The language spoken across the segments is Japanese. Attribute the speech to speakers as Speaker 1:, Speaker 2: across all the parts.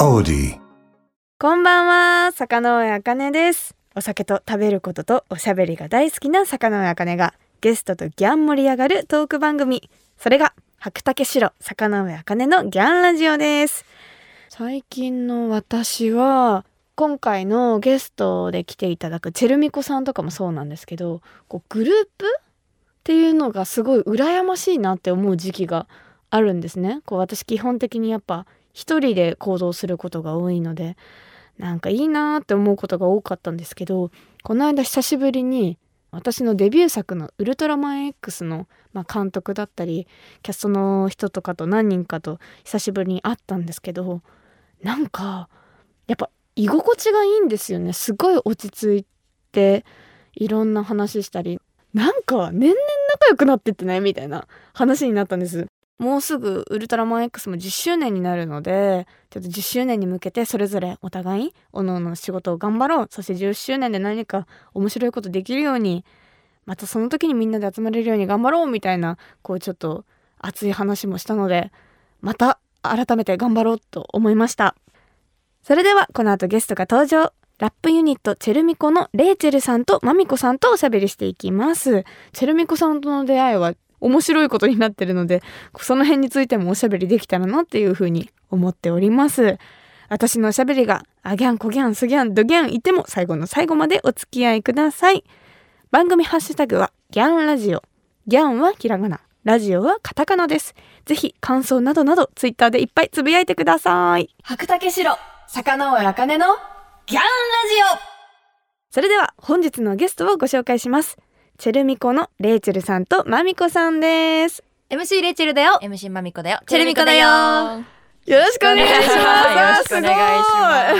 Speaker 1: Cody.
Speaker 2: こんばんは、坂上茜です。お酒と食べることとおしゃべりが大好きな坂上茜がゲストとギャン盛り上がるトーク番組。それが白竹城坂上茜のギャンラジオです。最近の私は今回のゲストで来ていただくチェルミコさんとかもそうなんですけど、こうグループっていうのがすごい羨ましいなって思う時期があるんですね。こう私基本的にやっぱ一人で行動することが多いので、なんかいいなーって思うことが多かったんですけどこの間久しぶりに私のデビュー作の「ウルトラマン X の」まあ、監督だったりキャストの人とかと何人かと久しぶりに会ったんですけどなんかやっぱ居心地がいいんですよねすごい落ち着いていろんな話したりなんか年々仲良くなってってないみたいな話になったんです。もうすぐ「ウルトラマン X」も10周年になるのでちょっと10周年に向けてそれぞれお互いおのおの仕事を頑張ろうそして10周年で何か面白いことできるようにまたその時にみんなで集まれるように頑張ろうみたいなこうちょっと熱い話もしたのでまた改めて頑張ろうと思いましたそれではこの後ゲストが登場ラップユニットチェルミコのレイチェルさんとマミコさんとおしゃべりしていきますチェルミコさんとの出会いは面白いことになってるのでその辺についてもおしゃべりできたらなっていうふうに思っております。私のおしゃべりが、あギャン、こギャン、すギャン、ドギャン言っても最後の最後までお付き合いください。番組ハッシュタグは、ギャンラジオ。ギャンはひらがな、ラジオはカタカナです。ぜひ感想などなどツイッターでいっぱいつぶやいてください。白竹城、坂上茜のギャンラジオそれでは本日のゲストをご紹介します。チェルミコのレイチェルさんとマミコさんです。
Speaker 3: MC レイチェルだよ
Speaker 4: MC まみこだよ
Speaker 3: チェルミコだよよ
Speaker 2: よろしくお願いします。
Speaker 4: よろしくお願い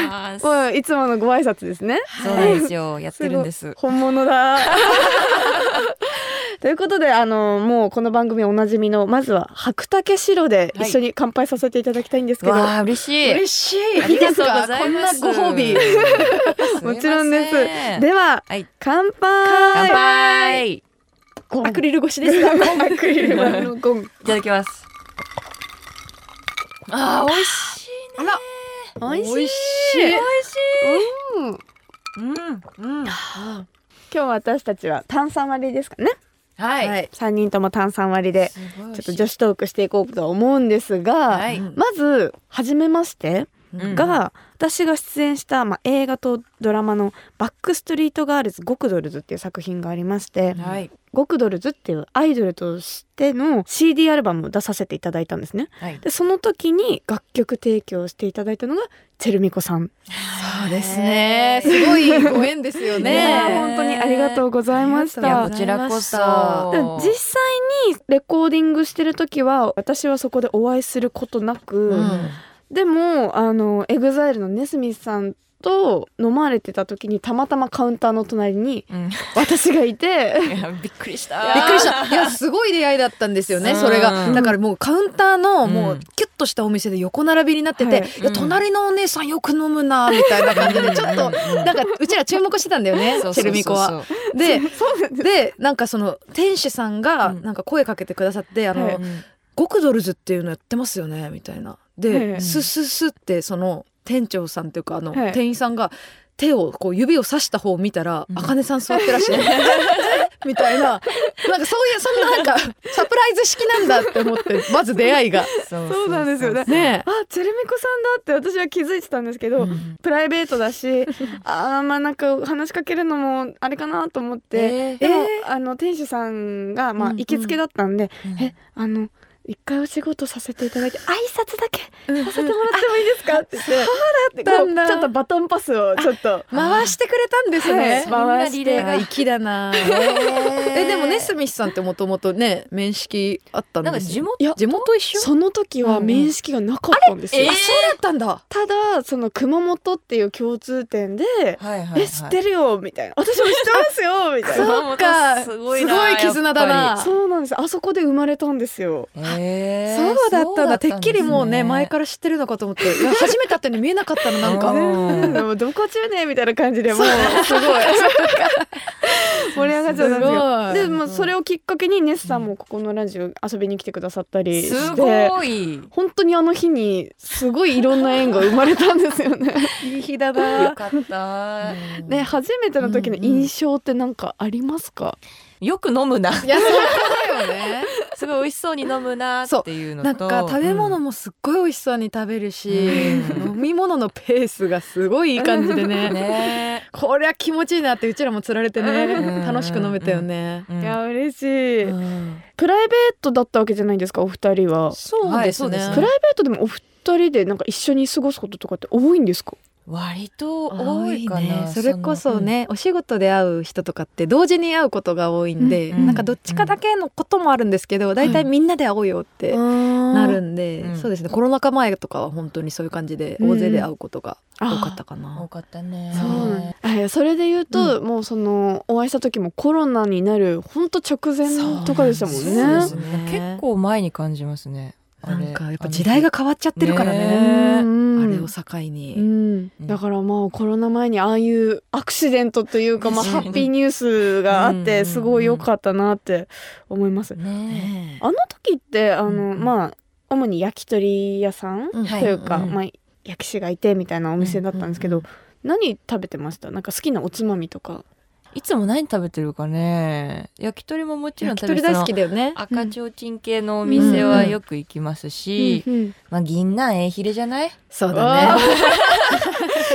Speaker 4: し
Speaker 2: あ
Speaker 4: ま
Speaker 2: ーすごいもういつものご挨拶ですね。
Speaker 4: すそうなんですよやってるんです
Speaker 2: ごい本物だ。 ということであのもうこの番組おなじみのまずは白竹白で一緒に乾杯させていただきたいんですけど、
Speaker 4: わあ嬉しい
Speaker 3: 嬉しい
Speaker 4: ありがとうございます
Speaker 3: こんなご褒美
Speaker 2: もちろんです
Speaker 4: いません
Speaker 2: では、
Speaker 4: はい
Speaker 2: 乾杯
Speaker 4: 乾杯い
Speaker 3: アクリル越しです が
Speaker 2: アクリル板のゴン
Speaker 4: ただきますあー美味しい
Speaker 3: あら
Speaker 2: 美味しい
Speaker 3: 美味し
Speaker 4: 美
Speaker 3: い
Speaker 4: 味し
Speaker 2: うん今
Speaker 4: いうんうん
Speaker 2: 日私たちは炭酸割りですかね
Speaker 4: はい、
Speaker 3: はい
Speaker 2: 3人とも炭酸割りでちょっと女子トークしていこうと思うんですが、
Speaker 4: はい
Speaker 2: まず「はじめまして」
Speaker 4: うん
Speaker 2: が、私が出演した、まあ、映画とドラマの「バックストリートガールズ・ゴクドルズ」っていう作品がありまして、
Speaker 4: はい
Speaker 2: ゴクドルズっていうアイドルとしての CD アルバムを出させていただいたんですね。
Speaker 4: はい
Speaker 2: でその時に楽曲提供していただいたのがチェルミコさん。
Speaker 3: そうで す
Speaker 4: ね
Speaker 3: すごいご縁ですよ
Speaker 2: いやー
Speaker 3: ね
Speaker 2: 本当にありがとうございまし
Speaker 3: ありがとうございま
Speaker 2: た
Speaker 3: す
Speaker 4: こ。ちらこそ
Speaker 2: でも実際にレコーディングしてる時は私はそこでお会いすることなく、
Speaker 4: うん
Speaker 2: でもあのエグザイルのネスミスさんと飲まれてた時にたまたまカウンターの隣に
Speaker 4: うん
Speaker 2: 私がいて
Speaker 4: いやびっくりした
Speaker 3: びっくりした いやすごい出会いだったんですよね
Speaker 4: うん
Speaker 3: それがだからもうカウンターのも
Speaker 4: う
Speaker 3: うんキュッとしたお店で横並びになってて、
Speaker 2: はい
Speaker 3: いや
Speaker 4: うん
Speaker 3: 隣のお姉さんよく飲むなみたいな感じでちょっとなんかうちら注目してたんだよね
Speaker 4: そうそうそうそう
Speaker 3: チェルミコは。で
Speaker 2: そうなんです
Speaker 3: でなんかその店主さん
Speaker 4: う
Speaker 3: が
Speaker 4: ん
Speaker 3: なんか声かけてくださって「あの、
Speaker 2: はい
Speaker 4: うん
Speaker 3: ゴクドルズっていうのやってますよね」みたいな。
Speaker 2: は
Speaker 3: で
Speaker 2: い
Speaker 3: 「ススス」ってその店長さんっていうかあの
Speaker 2: はい
Speaker 3: 店員さんが手をこう指を指した方を見たら「
Speaker 4: うん
Speaker 3: あかねさん座ってらっ しゃる」みたいななんかそういうそんななんかサプライズ式なんだって思ってまず出会いが。
Speaker 4: そう
Speaker 2: そうなんですよね
Speaker 3: ねえ
Speaker 2: あチェルミコさんだって私は気づいてたんですけど、
Speaker 4: うん
Speaker 2: プライベートだしあーまあなんか話しかけるのもあれかなと思って、
Speaker 4: え
Speaker 2: でも、
Speaker 3: え
Speaker 2: あの店主さんが、まあ、
Speaker 3: うんうん
Speaker 2: 行きつけだったんで、
Speaker 4: ー
Speaker 2: えあの一回お仕事させていただいて挨拶だけさせてもらってもいいですかって言ってそう
Speaker 3: だったんだ
Speaker 2: ちょっとバトンパスをちょっと
Speaker 3: 回してくれたんですね。
Speaker 2: はい回して
Speaker 3: そんなリレーが粋だ な。えでもねスミスさんってもともとね面識あったん
Speaker 4: なん
Speaker 3: で
Speaker 4: か
Speaker 3: す
Speaker 4: 地
Speaker 3: よ。
Speaker 4: 元
Speaker 2: いや
Speaker 3: 地元一緒
Speaker 2: その時は面識がなかったんですよ、
Speaker 4: うんうんあれえ
Speaker 3: あそうだったんだ。
Speaker 2: ただその熊本っていう共通点で「
Speaker 4: はいはい、
Speaker 2: え知ってるよ」みたいな「私も知ってますよ」みたいな
Speaker 3: そっか
Speaker 4: 熊本すごいな
Speaker 3: すごい絆だな
Speaker 4: やっぱ
Speaker 2: そうなんですあそこで生まれたんですよ
Speaker 4: り
Speaker 3: へ
Speaker 4: へー
Speaker 3: そうだったんだてっきりもうね前
Speaker 4: ら
Speaker 3: から知ってるのかと思っていや初めて会ったのに見えなかったのなんか
Speaker 2: うんもうどこ中ねみたいな感じでもうすごい盛り上がっちゃったんですよ
Speaker 3: すごい
Speaker 2: でもうそれをきっかけにネスさんもここのラジオ遊びに来てくださったり
Speaker 4: す
Speaker 2: して
Speaker 4: ごいよ
Speaker 2: 本当にあの日にすごいいろんな縁が生まれたんですよねいい日だな
Speaker 4: かった
Speaker 2: ね初めての時の印象ってなんかありますか、
Speaker 4: よく飲むな
Speaker 3: いやそうだよ ね
Speaker 4: すごい美味しそうに飲むなっていう
Speaker 3: な
Speaker 4: の
Speaker 3: ん
Speaker 4: と
Speaker 3: か食べ物
Speaker 4: も
Speaker 3: もすっごい美味しそうに食べるし、
Speaker 4: うん
Speaker 3: 飲み物のペースがすごいいい感じで ね
Speaker 4: ね
Speaker 3: こりゃ気持ちいいなってうちらもつられてね、
Speaker 4: うん
Speaker 3: 楽しく飲めたよね、
Speaker 4: うん
Speaker 2: いや嬉しい、
Speaker 4: うん
Speaker 2: プライベートだったわけじゃないんですかお二人は
Speaker 3: そうですね、
Speaker 4: はい
Speaker 2: プライベートでもお二人でなんか一緒に過ごすこととかって多いんですか
Speaker 4: 割と多いか
Speaker 3: 多い
Speaker 4: な
Speaker 3: ねそれこそね、お仕事で会う人とかって同時に会うことが多いんで、
Speaker 4: うんうん
Speaker 3: なんかどっちかだけのこともあるんですけど、だいたいみんなで会おうよってな
Speaker 2: な
Speaker 3: るんで、
Speaker 4: うん
Speaker 3: そうですねコロナ禍前とかは本当にそういう感じで
Speaker 2: うん
Speaker 3: 大勢で会うことが多かったか
Speaker 4: うん多
Speaker 3: な、
Speaker 4: かったね
Speaker 2: そうなんだあいやそれで言うと、もうそのお会いした時もコロナになるほんと直前とかでしたもん
Speaker 4: そうなん
Speaker 2: ね
Speaker 4: で。すね結構前に感じますねあれ
Speaker 3: なんかやっぱ時代が変わっちゃってるからね
Speaker 4: ねえ
Speaker 2: うん
Speaker 3: あれを境に、
Speaker 2: うん、
Speaker 4: うん
Speaker 2: だからまあコロナ前にああいうアクシデントというか、まあ、
Speaker 4: 確
Speaker 2: ハ
Speaker 4: かに
Speaker 2: ッピーニュースがあっ
Speaker 4: う
Speaker 2: て
Speaker 4: ん
Speaker 2: すごい良かったなって思います。
Speaker 4: ね
Speaker 3: ね
Speaker 2: あの時ってあの、
Speaker 4: うん
Speaker 2: まあ主に焼き鳥屋さん
Speaker 3: うん
Speaker 4: は
Speaker 2: と
Speaker 4: い
Speaker 2: いうか、
Speaker 4: うん
Speaker 2: まあ、焼き師がいてみたいなお店だったんですけど、
Speaker 4: うん
Speaker 2: 何食べてましたなんか好きなおつまみとか。
Speaker 4: いつも何食べてるかね焼き鳥ももちろん
Speaker 3: 焼き
Speaker 4: 食べ
Speaker 3: 鳥
Speaker 4: てる
Speaker 3: 大好きだよね
Speaker 4: 赤ちょうちん系のお店はよく行きますし、
Speaker 2: うんうん
Speaker 4: まあ銀杏えひれじゃない
Speaker 3: そ
Speaker 2: わ
Speaker 3: うだね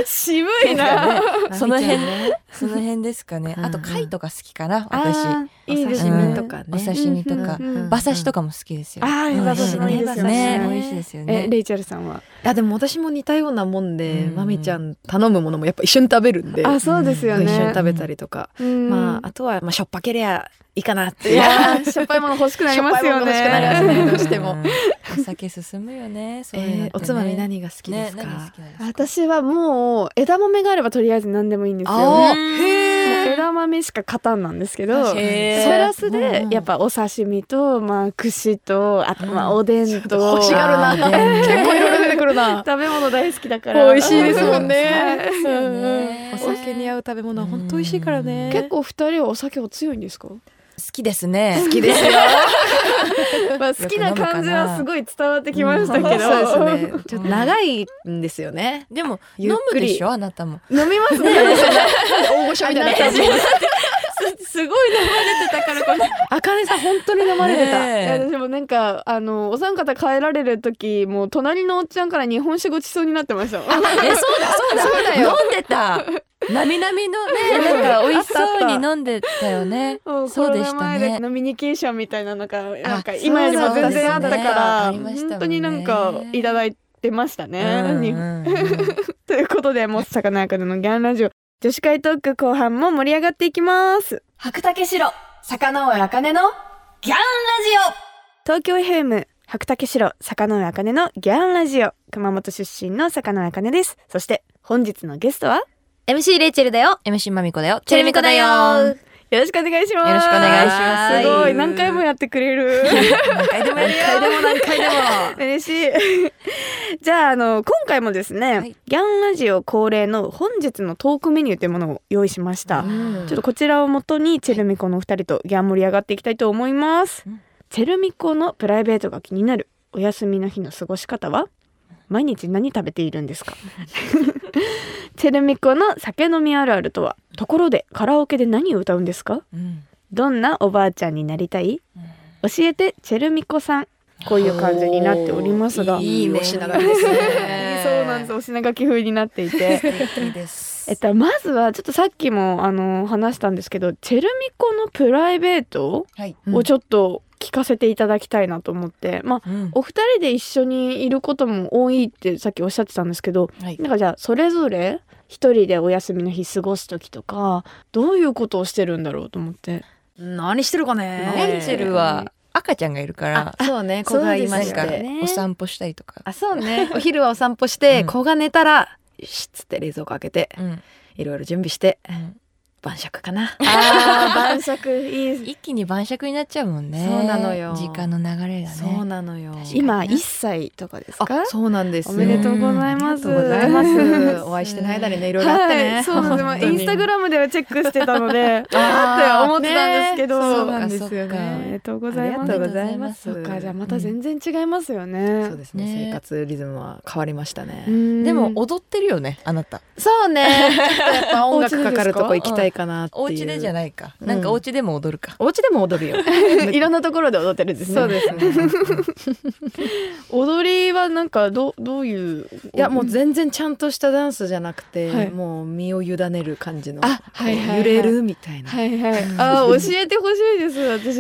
Speaker 2: 渋い
Speaker 4: なん
Speaker 2: な。
Speaker 4: かねその辺
Speaker 3: ラミちゃんね
Speaker 4: その辺ですかね
Speaker 3: うん
Speaker 4: あと貝とか好きかな私
Speaker 2: あーいいです
Speaker 3: お刺
Speaker 2: ね
Speaker 3: 身とかね
Speaker 4: うんお刺身とか
Speaker 2: うんうんうん
Speaker 4: 馬刺しとかも好きですよ
Speaker 2: あー
Speaker 4: うん
Speaker 2: 馬刺しもいいですよね
Speaker 4: 美味しいですよ
Speaker 2: え
Speaker 4: ね
Speaker 2: レイチェルさんは。
Speaker 3: いやでも私も似たようなもんで、
Speaker 4: うん
Speaker 3: まみちゃん頼むものもやっぱ一緒に食べるんで
Speaker 2: あそうですよ
Speaker 4: そう
Speaker 2: ね。
Speaker 3: 一緒に食べたりとか、
Speaker 2: うん
Speaker 3: まああとはまあしょっぱけりゃいいかなって
Speaker 2: いや ーしょっぱいもの欲しくなりますよね。
Speaker 3: しょっぱいもの欲しくなりますねどうしても
Speaker 4: んお酒進むよねそういうの
Speaker 3: え
Speaker 4: っ
Speaker 3: ー
Speaker 4: てね
Speaker 3: おつまみ何が好きで
Speaker 4: ね
Speaker 3: すか、
Speaker 4: 何好きなんですか
Speaker 2: 私はもう枝豆があればとりあえず何でもいいんですよ
Speaker 3: あ
Speaker 2: ね。も
Speaker 3: ー
Speaker 2: う
Speaker 4: へ
Speaker 2: 枝豆しか勝たんなんですけど。プ
Speaker 4: へー
Speaker 2: ラス
Speaker 3: う
Speaker 2: で
Speaker 3: ん
Speaker 2: やっぱお刺身とまあ串とあとまあおでんと
Speaker 3: 欲しがるな
Speaker 4: あー
Speaker 3: 結構いろいろ出てくるな
Speaker 2: 食べ物大好きだから。
Speaker 3: 美味しいですもんね。
Speaker 4: そうですよね
Speaker 3: お酒に合う食べ物は本当美味しいからね。
Speaker 2: 結構二人はお酒お強いんですか？
Speaker 4: 好きですね
Speaker 3: 好きです よ。
Speaker 2: まあ好きな感じはすごい伝わってきましたけど。
Speaker 3: そうですね。ちょっと長いんですよね。
Speaker 4: でも
Speaker 3: ゆ
Speaker 4: 飲
Speaker 3: っ
Speaker 4: む
Speaker 3: くり
Speaker 4: でしょあなたも
Speaker 2: 飲みます ね。
Speaker 3: 大御所みたいな感じ。
Speaker 4: すすごい飲まれてたからこの
Speaker 3: あかねさん本当に飲まれてた。
Speaker 2: いや私もなんかあのお三方帰られる時もう隣のおっちゃんから日本酒ごちそうになってましたも ん
Speaker 4: えそうだそうだ
Speaker 3: そうだよ
Speaker 4: 飲んでたなみなみのねなんか美味しそうに飲んでたよね
Speaker 2: うん
Speaker 4: そうで
Speaker 2: コロナ
Speaker 4: した
Speaker 2: 前
Speaker 4: ね
Speaker 2: で飲みニケーションみたいなのがなんか
Speaker 4: あ
Speaker 2: 今よりも全然あったから、
Speaker 4: そうだそうだありましたもんね
Speaker 2: 本当になんかいただいてましたね。
Speaker 4: うん
Speaker 2: に
Speaker 4: うん
Speaker 2: ということでもう魚やかでのギャンラジオ女子会トーク後半も盛り上がっていきます。
Speaker 1: 白竹城坂上茜のギャンラジオ
Speaker 2: 東京 FM 白竹城坂上茜のギャンラジオ熊本出身の坂上茜です。そして本日のゲストは
Speaker 1: MC レイチェルだよ
Speaker 4: MC まみこだよ
Speaker 1: チェルミコだよ
Speaker 4: よ
Speaker 2: よろしくお願いします。
Speaker 4: ろしくお願いします
Speaker 2: すごい何回もやってくれる
Speaker 4: 何回でもやるよ
Speaker 3: 何回でも何回でも。
Speaker 2: 嬉しい じゃああの今回もですね、
Speaker 4: はい
Speaker 2: ギャンラジオ恒例の本日のトークメニューというものを用意しました、
Speaker 3: うん
Speaker 2: ちょっとこちらをもとにチェルミコのお二人とギャン盛り上がっていきたいと思います、
Speaker 4: うん
Speaker 2: チェルミコのプライベートが気になるお休みの日の過ごし方は毎日何食べているんですか チェルミコの酒飲みあるあるとはところでカラオケで何を歌うんですか
Speaker 4: うん
Speaker 2: どんなおばあちゃんになりたい教えてチェルミコさんこういう感じになっておりますが
Speaker 3: いいお品書きですね。
Speaker 2: そうなんですお品書き風になっていて
Speaker 4: 素敵です
Speaker 2: えっとまずはちょっとさっきもあの話したんですけどチェルミコのプライベート
Speaker 4: はい
Speaker 3: うん
Speaker 2: をちょっと聞かせていただきたいなと思って、まあ
Speaker 4: うん
Speaker 2: お二人で一緒にいることも多いってさっきおっしゃってたんですけど
Speaker 4: はい
Speaker 2: なんかじゃあそれぞれ一人でお休みの日過ごす時とかどういうことをしてるんだろうと思って
Speaker 3: 何してるかね。
Speaker 4: エンジェルは赤ちゃんがいるから
Speaker 3: あ。そうね。子がい
Speaker 4: な
Speaker 3: ま
Speaker 4: ん
Speaker 3: し
Speaker 4: か
Speaker 3: て。
Speaker 2: ね
Speaker 4: お散歩したりとか
Speaker 3: あそうね。お昼はお散歩して
Speaker 4: うん
Speaker 3: 子が寝たら。よしっつって冷蔵庫開けて
Speaker 4: うん
Speaker 3: いろいろ準備して
Speaker 4: うん
Speaker 3: 晩酌かな。
Speaker 2: あー晩酌いいです
Speaker 4: 一気に晩酌になっちゃうもんね
Speaker 3: そうなのよ
Speaker 4: 時間の流れがね
Speaker 3: そうなのよ。
Speaker 2: 今1歳とかですか
Speaker 3: あ、そうなんです。
Speaker 2: おめでとうございます
Speaker 3: ありがとうございます。お会いしてない間にね、いろいろあってね。
Speaker 2: はい、そうなんですまあ
Speaker 3: 本当に
Speaker 2: インスタグラムではチェックしてたので
Speaker 3: あー
Speaker 2: って思ってたんですけど
Speaker 3: ねそうなんですよ
Speaker 4: そうか
Speaker 2: おめ
Speaker 3: ね。
Speaker 2: でとうご
Speaker 3: あ
Speaker 2: ざい
Speaker 3: り
Speaker 2: ま
Speaker 3: が
Speaker 2: す
Speaker 3: とうございます。
Speaker 2: そうかじゃあまた全然違いますよね、
Speaker 3: そうですね
Speaker 4: ね
Speaker 3: 生活リズムは変わりました
Speaker 2: う
Speaker 3: ね。
Speaker 2: ん
Speaker 4: でも踊ってるよねあなた
Speaker 3: そうね。ちょっとやっぱ音楽かかるとこ行きたいかなっていう。
Speaker 4: お家でじゃ
Speaker 3: い。
Speaker 4: ないか
Speaker 3: うん
Speaker 4: なんかお家でも踊るか
Speaker 3: お家でも踊るよ。
Speaker 2: いろんなところで踊ってるんですね
Speaker 3: そうですね。
Speaker 2: 踊りはなんかどどういう
Speaker 3: いやもう全然ちゃんとしたダンスじゃなくて、
Speaker 2: はい
Speaker 3: もう身を委ねる感じの、
Speaker 2: あはいはいはい
Speaker 3: 揺れるみたいな、
Speaker 2: はいはいあー教えてほしいです私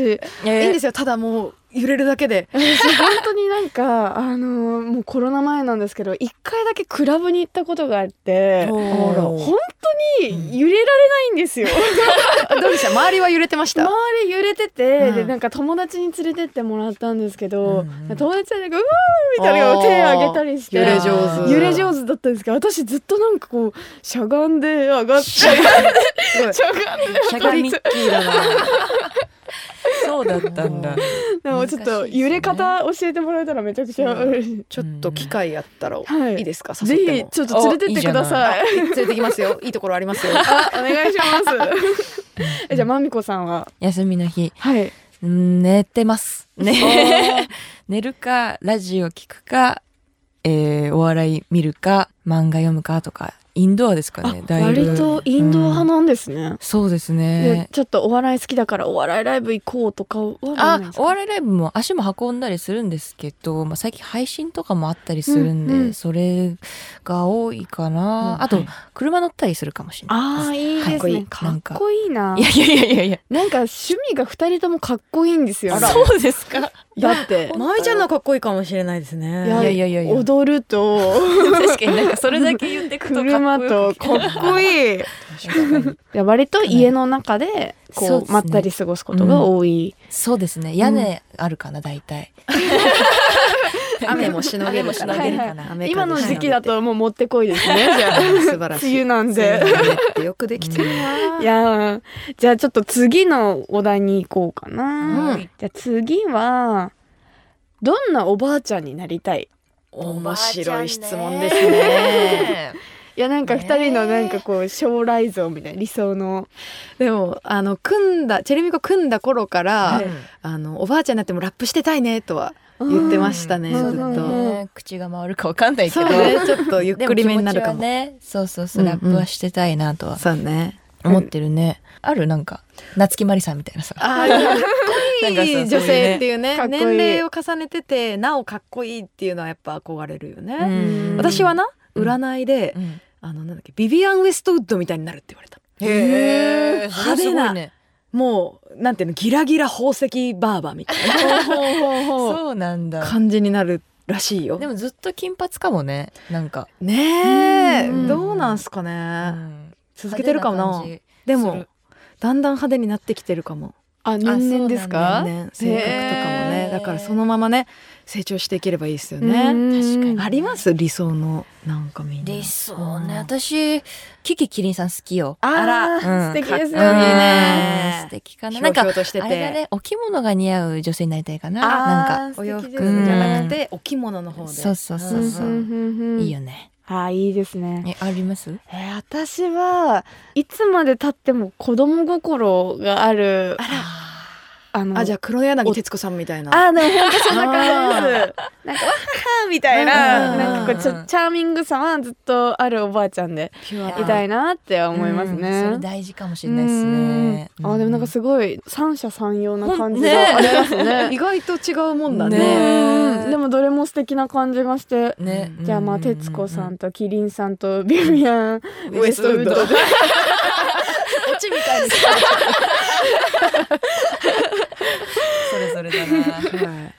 Speaker 3: い、いんですすよただもう揺れるだけで
Speaker 2: 私本当になんかあのーもうコロナ前なんですけど一回だけクラブに行ったことがあって
Speaker 3: おー
Speaker 2: あら本当に揺れられないんですよ、
Speaker 3: あどうでした 周りは揺れてました
Speaker 2: 周り揺れてて、
Speaker 4: うん
Speaker 2: でなんか友達に連れてってもらったんですけど、
Speaker 4: うんうん
Speaker 2: 友達はなんか「うわ!」みたいなのを手挙げたりして
Speaker 3: 揺れ上手
Speaker 2: 揺れ上手だったんですけど私ずっとなんかこうしゃがんで上がってしゃ
Speaker 3: すごい
Speaker 2: がんで
Speaker 4: しゃがみ
Speaker 3: トリッキーだな
Speaker 4: そうだったんだ
Speaker 2: でもちょっと揺れ方教えてもらえたらめちゃくちゃ嬉しい、
Speaker 3: ちょっと機会あったら
Speaker 2: はい
Speaker 3: いいですか、
Speaker 2: ぜ
Speaker 3: 誘って
Speaker 2: ひ
Speaker 3: も
Speaker 2: ちょっと連れてってください
Speaker 3: あ連れてきます よいいところありますよ
Speaker 2: あお願いしますえじゃあまみこさんは
Speaker 4: 休みの日
Speaker 2: はい
Speaker 4: うん寝てますね 寝るかラジオ聞くかえーお笑い見るか漫画読むかとかインドアですかねだいぶ
Speaker 2: 割とインドア派なんですね、
Speaker 4: そうです
Speaker 2: で
Speaker 4: ね
Speaker 2: ちょっとお笑い好きだからお笑いライブ行こうとかはないんで
Speaker 4: あ
Speaker 2: すか
Speaker 4: お笑いライブも足も運んだりするんですけど、まあ、最近配信とかもあったりするんで、
Speaker 2: うんうん
Speaker 4: それが多いかな、
Speaker 3: うん
Speaker 4: あと車乗ったりするかもしれない
Speaker 2: あーいいですね
Speaker 4: かっこいい
Speaker 2: か
Speaker 4: なん
Speaker 2: っ
Speaker 4: か
Speaker 2: こいいない
Speaker 4: やいやいやいやいや
Speaker 2: なんか趣味が二人ともかっこいいんですよね
Speaker 4: そうですか
Speaker 2: だって
Speaker 3: まみちゃんのかっこいいかもしれないです
Speaker 2: いや
Speaker 3: ね
Speaker 4: いやいやいやいや
Speaker 2: 踊ると
Speaker 4: 確かになんかそれだけ言ってくとか
Speaker 2: 車
Speaker 4: っこよ
Speaker 2: と
Speaker 4: く
Speaker 2: かっこいいい や割と家の中で
Speaker 4: そ
Speaker 2: こう
Speaker 4: うですね
Speaker 2: まったり過ごすことが多い、
Speaker 4: そうですね屋根あるかな大体、
Speaker 3: 雨もしのげ
Speaker 2: 雨も
Speaker 3: るかな
Speaker 2: しのげるか
Speaker 4: な
Speaker 3: 雨風
Speaker 2: 今の時期だ
Speaker 3: し
Speaker 2: ともうもってこいですね じゃあ
Speaker 3: のげて 素晴らし
Speaker 2: 梅
Speaker 3: い
Speaker 2: 雨なんで
Speaker 3: 梅雨の雨ってよくできてるない
Speaker 2: やーじゃあちょっと次のお題に行こうかな、
Speaker 3: うん
Speaker 2: じゃあ次はどんなおばあちゃんになりたい
Speaker 3: 面白い質問ですね。
Speaker 2: いやなんか
Speaker 4: ね
Speaker 2: 二人のなんかこう将来像みたいな理想の
Speaker 3: でもあの組んだチェルミコ組んだ頃から、
Speaker 4: うん
Speaker 3: あのおばあちゃんになってもラップしてたいねとは言ってましたね、
Speaker 2: うん
Speaker 3: ずっ
Speaker 2: うんうん
Speaker 3: と。
Speaker 4: ね口が回るかわかんないけ
Speaker 3: そ
Speaker 4: ど
Speaker 3: うねちょっとゆっくりめになるか
Speaker 4: で気持
Speaker 3: も。
Speaker 4: ちはねそうそうそう
Speaker 3: うんうん
Speaker 4: ラップはしてたいなとは
Speaker 3: そうね。
Speaker 4: 思ってるね、あるなんか夏木マリさんみたいなさ
Speaker 3: ああかっこ
Speaker 4: なんかそう
Speaker 3: いい女性っていうね
Speaker 2: そういうね
Speaker 3: 年齢を重ねててなおかっこいいっていうのはやっぱ憧れるよね。
Speaker 2: うん
Speaker 3: 私はな占いで、
Speaker 4: うん
Speaker 3: あのなんだっけビビアン・ウェストウッドみたいになるって言われた。
Speaker 4: へえ
Speaker 3: 派手なもうなんていうのギラギラ宝石バーバーみたいな
Speaker 4: そうなんだ
Speaker 3: 感じになるらしいよ。
Speaker 4: でもずっと金髪かもねなんか、
Speaker 3: ねえ、
Speaker 2: うん
Speaker 3: どうなんすか
Speaker 4: う
Speaker 3: ね、
Speaker 4: ん
Speaker 3: 続けてるかもな
Speaker 4: 派手感じ
Speaker 3: ですも
Speaker 4: る
Speaker 3: だんだん派手になってきてるかも
Speaker 2: あ年々です
Speaker 4: あ
Speaker 2: か
Speaker 3: 年々性格とかもね
Speaker 4: へえ
Speaker 3: だからそのままね成長していければいいですよ
Speaker 2: うん
Speaker 3: ね、
Speaker 4: 確かに
Speaker 3: あります理想のなんかみんな
Speaker 4: 理想ね私キキキリンさん好きよ
Speaker 2: あら、
Speaker 4: うん
Speaker 2: 素敵です
Speaker 3: かっ
Speaker 2: よ
Speaker 3: こいい
Speaker 2: ね
Speaker 3: ね
Speaker 4: うん素敵かなな
Speaker 3: なん
Speaker 4: んか
Speaker 3: かとして
Speaker 4: あれだ
Speaker 3: て、
Speaker 4: ねお着物が似合う女性になりたいかななんか
Speaker 2: あー
Speaker 3: お洋服
Speaker 2: 素
Speaker 3: じ
Speaker 2: 敵ですね
Speaker 3: ゃなくてお着物の方で
Speaker 4: そうそうそう
Speaker 2: うん
Speaker 4: そううん
Speaker 2: うんうん
Speaker 4: いいよね
Speaker 2: あーいいですね
Speaker 4: えあります
Speaker 2: えー私はいつまでたっても子供心がある
Speaker 3: あら
Speaker 2: あの
Speaker 3: あじゃあ黒柳徹子さんみたいな
Speaker 2: あーでも本当そんな感じですなんかわははみたい
Speaker 3: うん
Speaker 2: な
Speaker 3: うんうん
Speaker 2: なんかこうちょチャーミングさはずっとあるおばあちゃんで
Speaker 3: ピュア
Speaker 2: いたいなって思います
Speaker 4: うんそれ
Speaker 2: ね。
Speaker 4: 大事かもしれないですね
Speaker 2: うんあーでもなんかすごい三者三様な感じ
Speaker 4: ほんね
Speaker 2: があります
Speaker 3: だ
Speaker 2: ね。
Speaker 3: 意外と違うもんだね
Speaker 4: ね
Speaker 2: うんでもどれも素敵な感じがして。
Speaker 4: ね
Speaker 2: じゃあまあ徹子さんとキリンさんとビビアン
Speaker 3: ウ
Speaker 2: ウ
Speaker 3: エ
Speaker 2: エス
Speaker 3: スト
Speaker 2: トウ
Speaker 3: ウッ
Speaker 2: ッ
Speaker 3: ド
Speaker 2: ド で
Speaker 3: オチみたい です
Speaker 4: それそれだな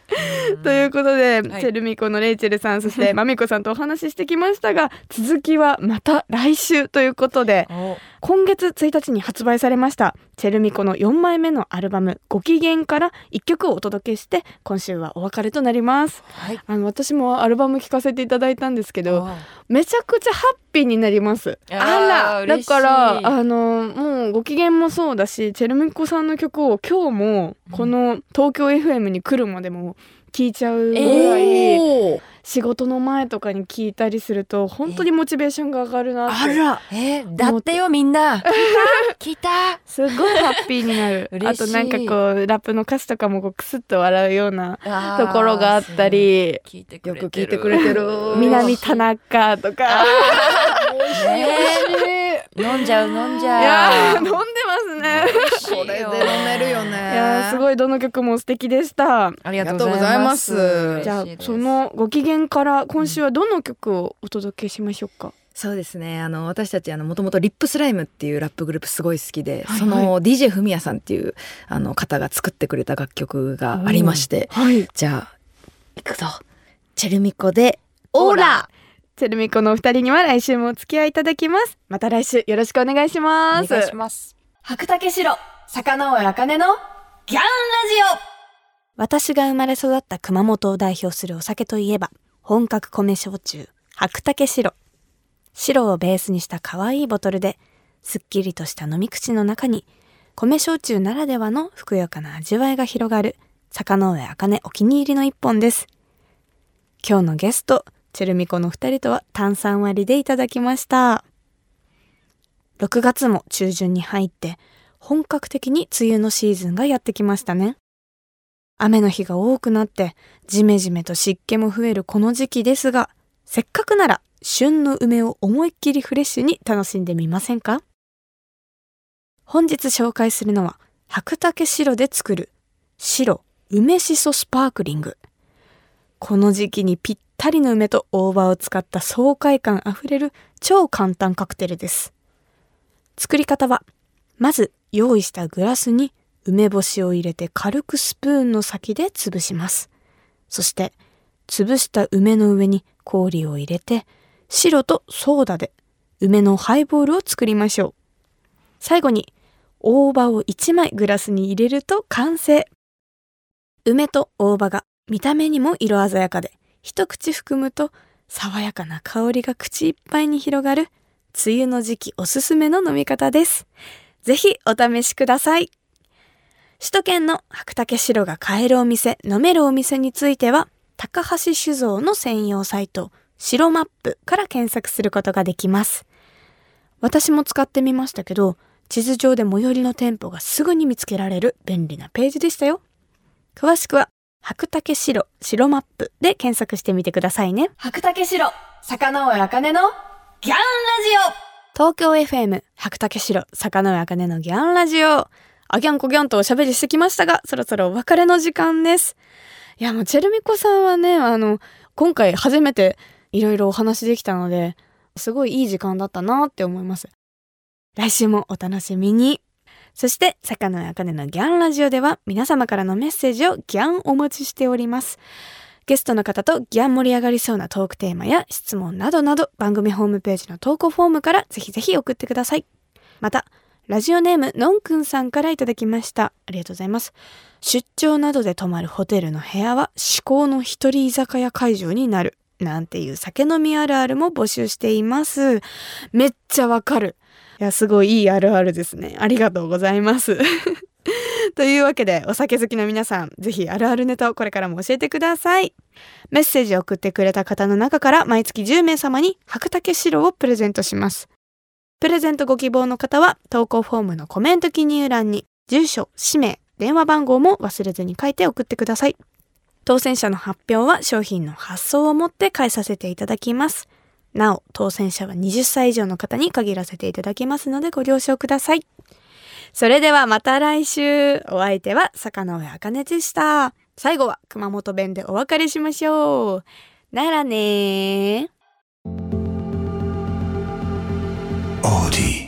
Speaker 2: ということで、
Speaker 4: はい
Speaker 2: チェルミコのレイチェルさんそ してマミコさんとお話ししてきましたが続きはまた来週ということで
Speaker 4: お
Speaker 2: 今月1日に発売されましたチェルミコの4枚目のアルバム「ご機嫌」から1曲をお届けして今週はお別れとなります
Speaker 4: はい
Speaker 2: あの私もアルバム聴かせていただいたんですけどめちゃくちゃハッピーになります
Speaker 4: あ
Speaker 2: あら
Speaker 4: ー
Speaker 2: だ
Speaker 4: 嬉しい
Speaker 2: からあのもうご機嫌もそうだしチェルミコさんの曲を今日もこの東京 FM に来るまでも聴いちゃうぐらい、
Speaker 3: おー
Speaker 2: 仕事の前とかに聴いたりすると本当にモチベーションが上がるなっ
Speaker 3: あ
Speaker 2: て
Speaker 3: ら
Speaker 4: えー、だってよみ んな聞いた
Speaker 2: すごいハッピーになる
Speaker 4: 嬉
Speaker 2: あ
Speaker 4: しい
Speaker 2: となんかこうラップの歌詞とかもこうクスッと笑うような
Speaker 4: 聞いた
Speaker 2: ところがあったり
Speaker 4: 聞いてく
Speaker 3: よ
Speaker 4: れてる
Speaker 3: く聞いてくれてる
Speaker 2: 「南田中」とか
Speaker 4: ねえ飲んじゃう飲んじ
Speaker 2: いやー
Speaker 4: ゃう
Speaker 2: 飲んでますね。
Speaker 4: こ
Speaker 3: これで飲めるよね
Speaker 2: いやーす
Speaker 3: い
Speaker 2: ごいどの曲も素敵でした。
Speaker 4: ありがとうございます
Speaker 3: ありがとうございます
Speaker 2: じゃあ
Speaker 4: 嬉しいです
Speaker 2: そのご機嫌から今週はどの曲をお届けしましょうか。
Speaker 5: そうですねあの私たちあのもともとリップスライムっていうラップグループすごい好きで、
Speaker 2: はいはい
Speaker 5: その DJ フミヤさんっていうあの方が作ってくれた楽曲がありまして
Speaker 2: はい。
Speaker 5: じゃあいくぞチェルミコでオーラ
Speaker 2: チェルミコのお二人には来週もお付き合いいただきます。また来週よろしくお願いしま
Speaker 4: お
Speaker 2: す。
Speaker 4: 願いします
Speaker 1: 白竹城、坂上茜のギャンラジオ
Speaker 2: 私が生まれ育った熊本を代表するお酒といえば、本格米焼酎、白竹白。白をベースにした可愛いボトルで、すっきりとした飲み口の中に、米焼酎ならではのふくよかな味わいが広がる、坂上茜お気に入りの一本です。今日のゲスト、チェルミコの二人とは炭酸割りでいただきました。6月も中旬に入って、本格的に梅雨のシーズンがやってきましたね。雨の日が多くなってジメジメと湿気も増えるこの時期ですがせっかくなら旬の梅を思いっきりフレッシュに楽しんでみませんか本日紹介するのは白竹白で作る白梅しそスパークリングこの時期にぴったりの梅と大葉を使った爽快感あふれる超簡単カクテルです作り方はまず用意したグラスに梅干しを入れて軽くスプーンの先で潰します。そして潰した梅の上に氷を入れて白とソーダで梅のハイボールを作りましょう。最後に大葉を1枚グラスに入れると完成。梅と大葉が見た目にも色鮮やかで一口含むと爽やかな香りが口いっぱいに広がる梅雨の時期おすすめの飲み方です。ぜひお試しください。首都圏の白竹城が買えるお店、飲めるお店については、高橋酒造の専用サイト、白マップから検索することができます。私も使ってみましたけど、地図上で最寄りの店舗がすぐに見つけられる便利なページでしたよ。詳しくは、白竹城白マップで検索してみてくださいね。
Speaker 1: 白竹城、坂上茜のギャンラジオ
Speaker 2: 東京 FM 白竹城坂上茜のギャンラジオあギャンコギャンとおしゃべりしてきましたがそろそろお別れの時間ですいやもうチェルミコさんはねあの今回初めていろいろお話できたのですごいいい時間だったなって思います来週もお楽しみにそして坂上茜のギャンラジオでは皆様からのメッセージをギャンお待ちしておりますゲストの方とギャン盛り上がりそうなトークテーマや質問などなど番組ホームページの投稿フォームからぜひぜひ送ってください。また、ラジオネームのんくんさんからいただきました。ありがとうございます。出張などで泊まるホテルの部屋は至高の一人居酒屋会場になる。なんていう酒飲みあるあるも募集しています。めっちゃわかる。いや、すごいいいあるあるですね。ありがとうございます。 というわけで、お酒好きの皆さん、ぜひあるあるネタをこれからも教えてください。メッセージを送ってくれた方の中から毎月10名様に白竹白をプレゼントします。プレゼントご希望の方は投稿フォームのコメント記入欄に住所、氏名、電話番号も忘れずに書いて送ってください。当選者の発表は商品の発送をもって返させていただきます。なお、当選者は20歳以上の方に限らせていただきますのでご了承ください。それではまた来週。お相手は坂上茜でした。最後は熊本弁でお別れしましょう。ならねー。
Speaker 6: オーディ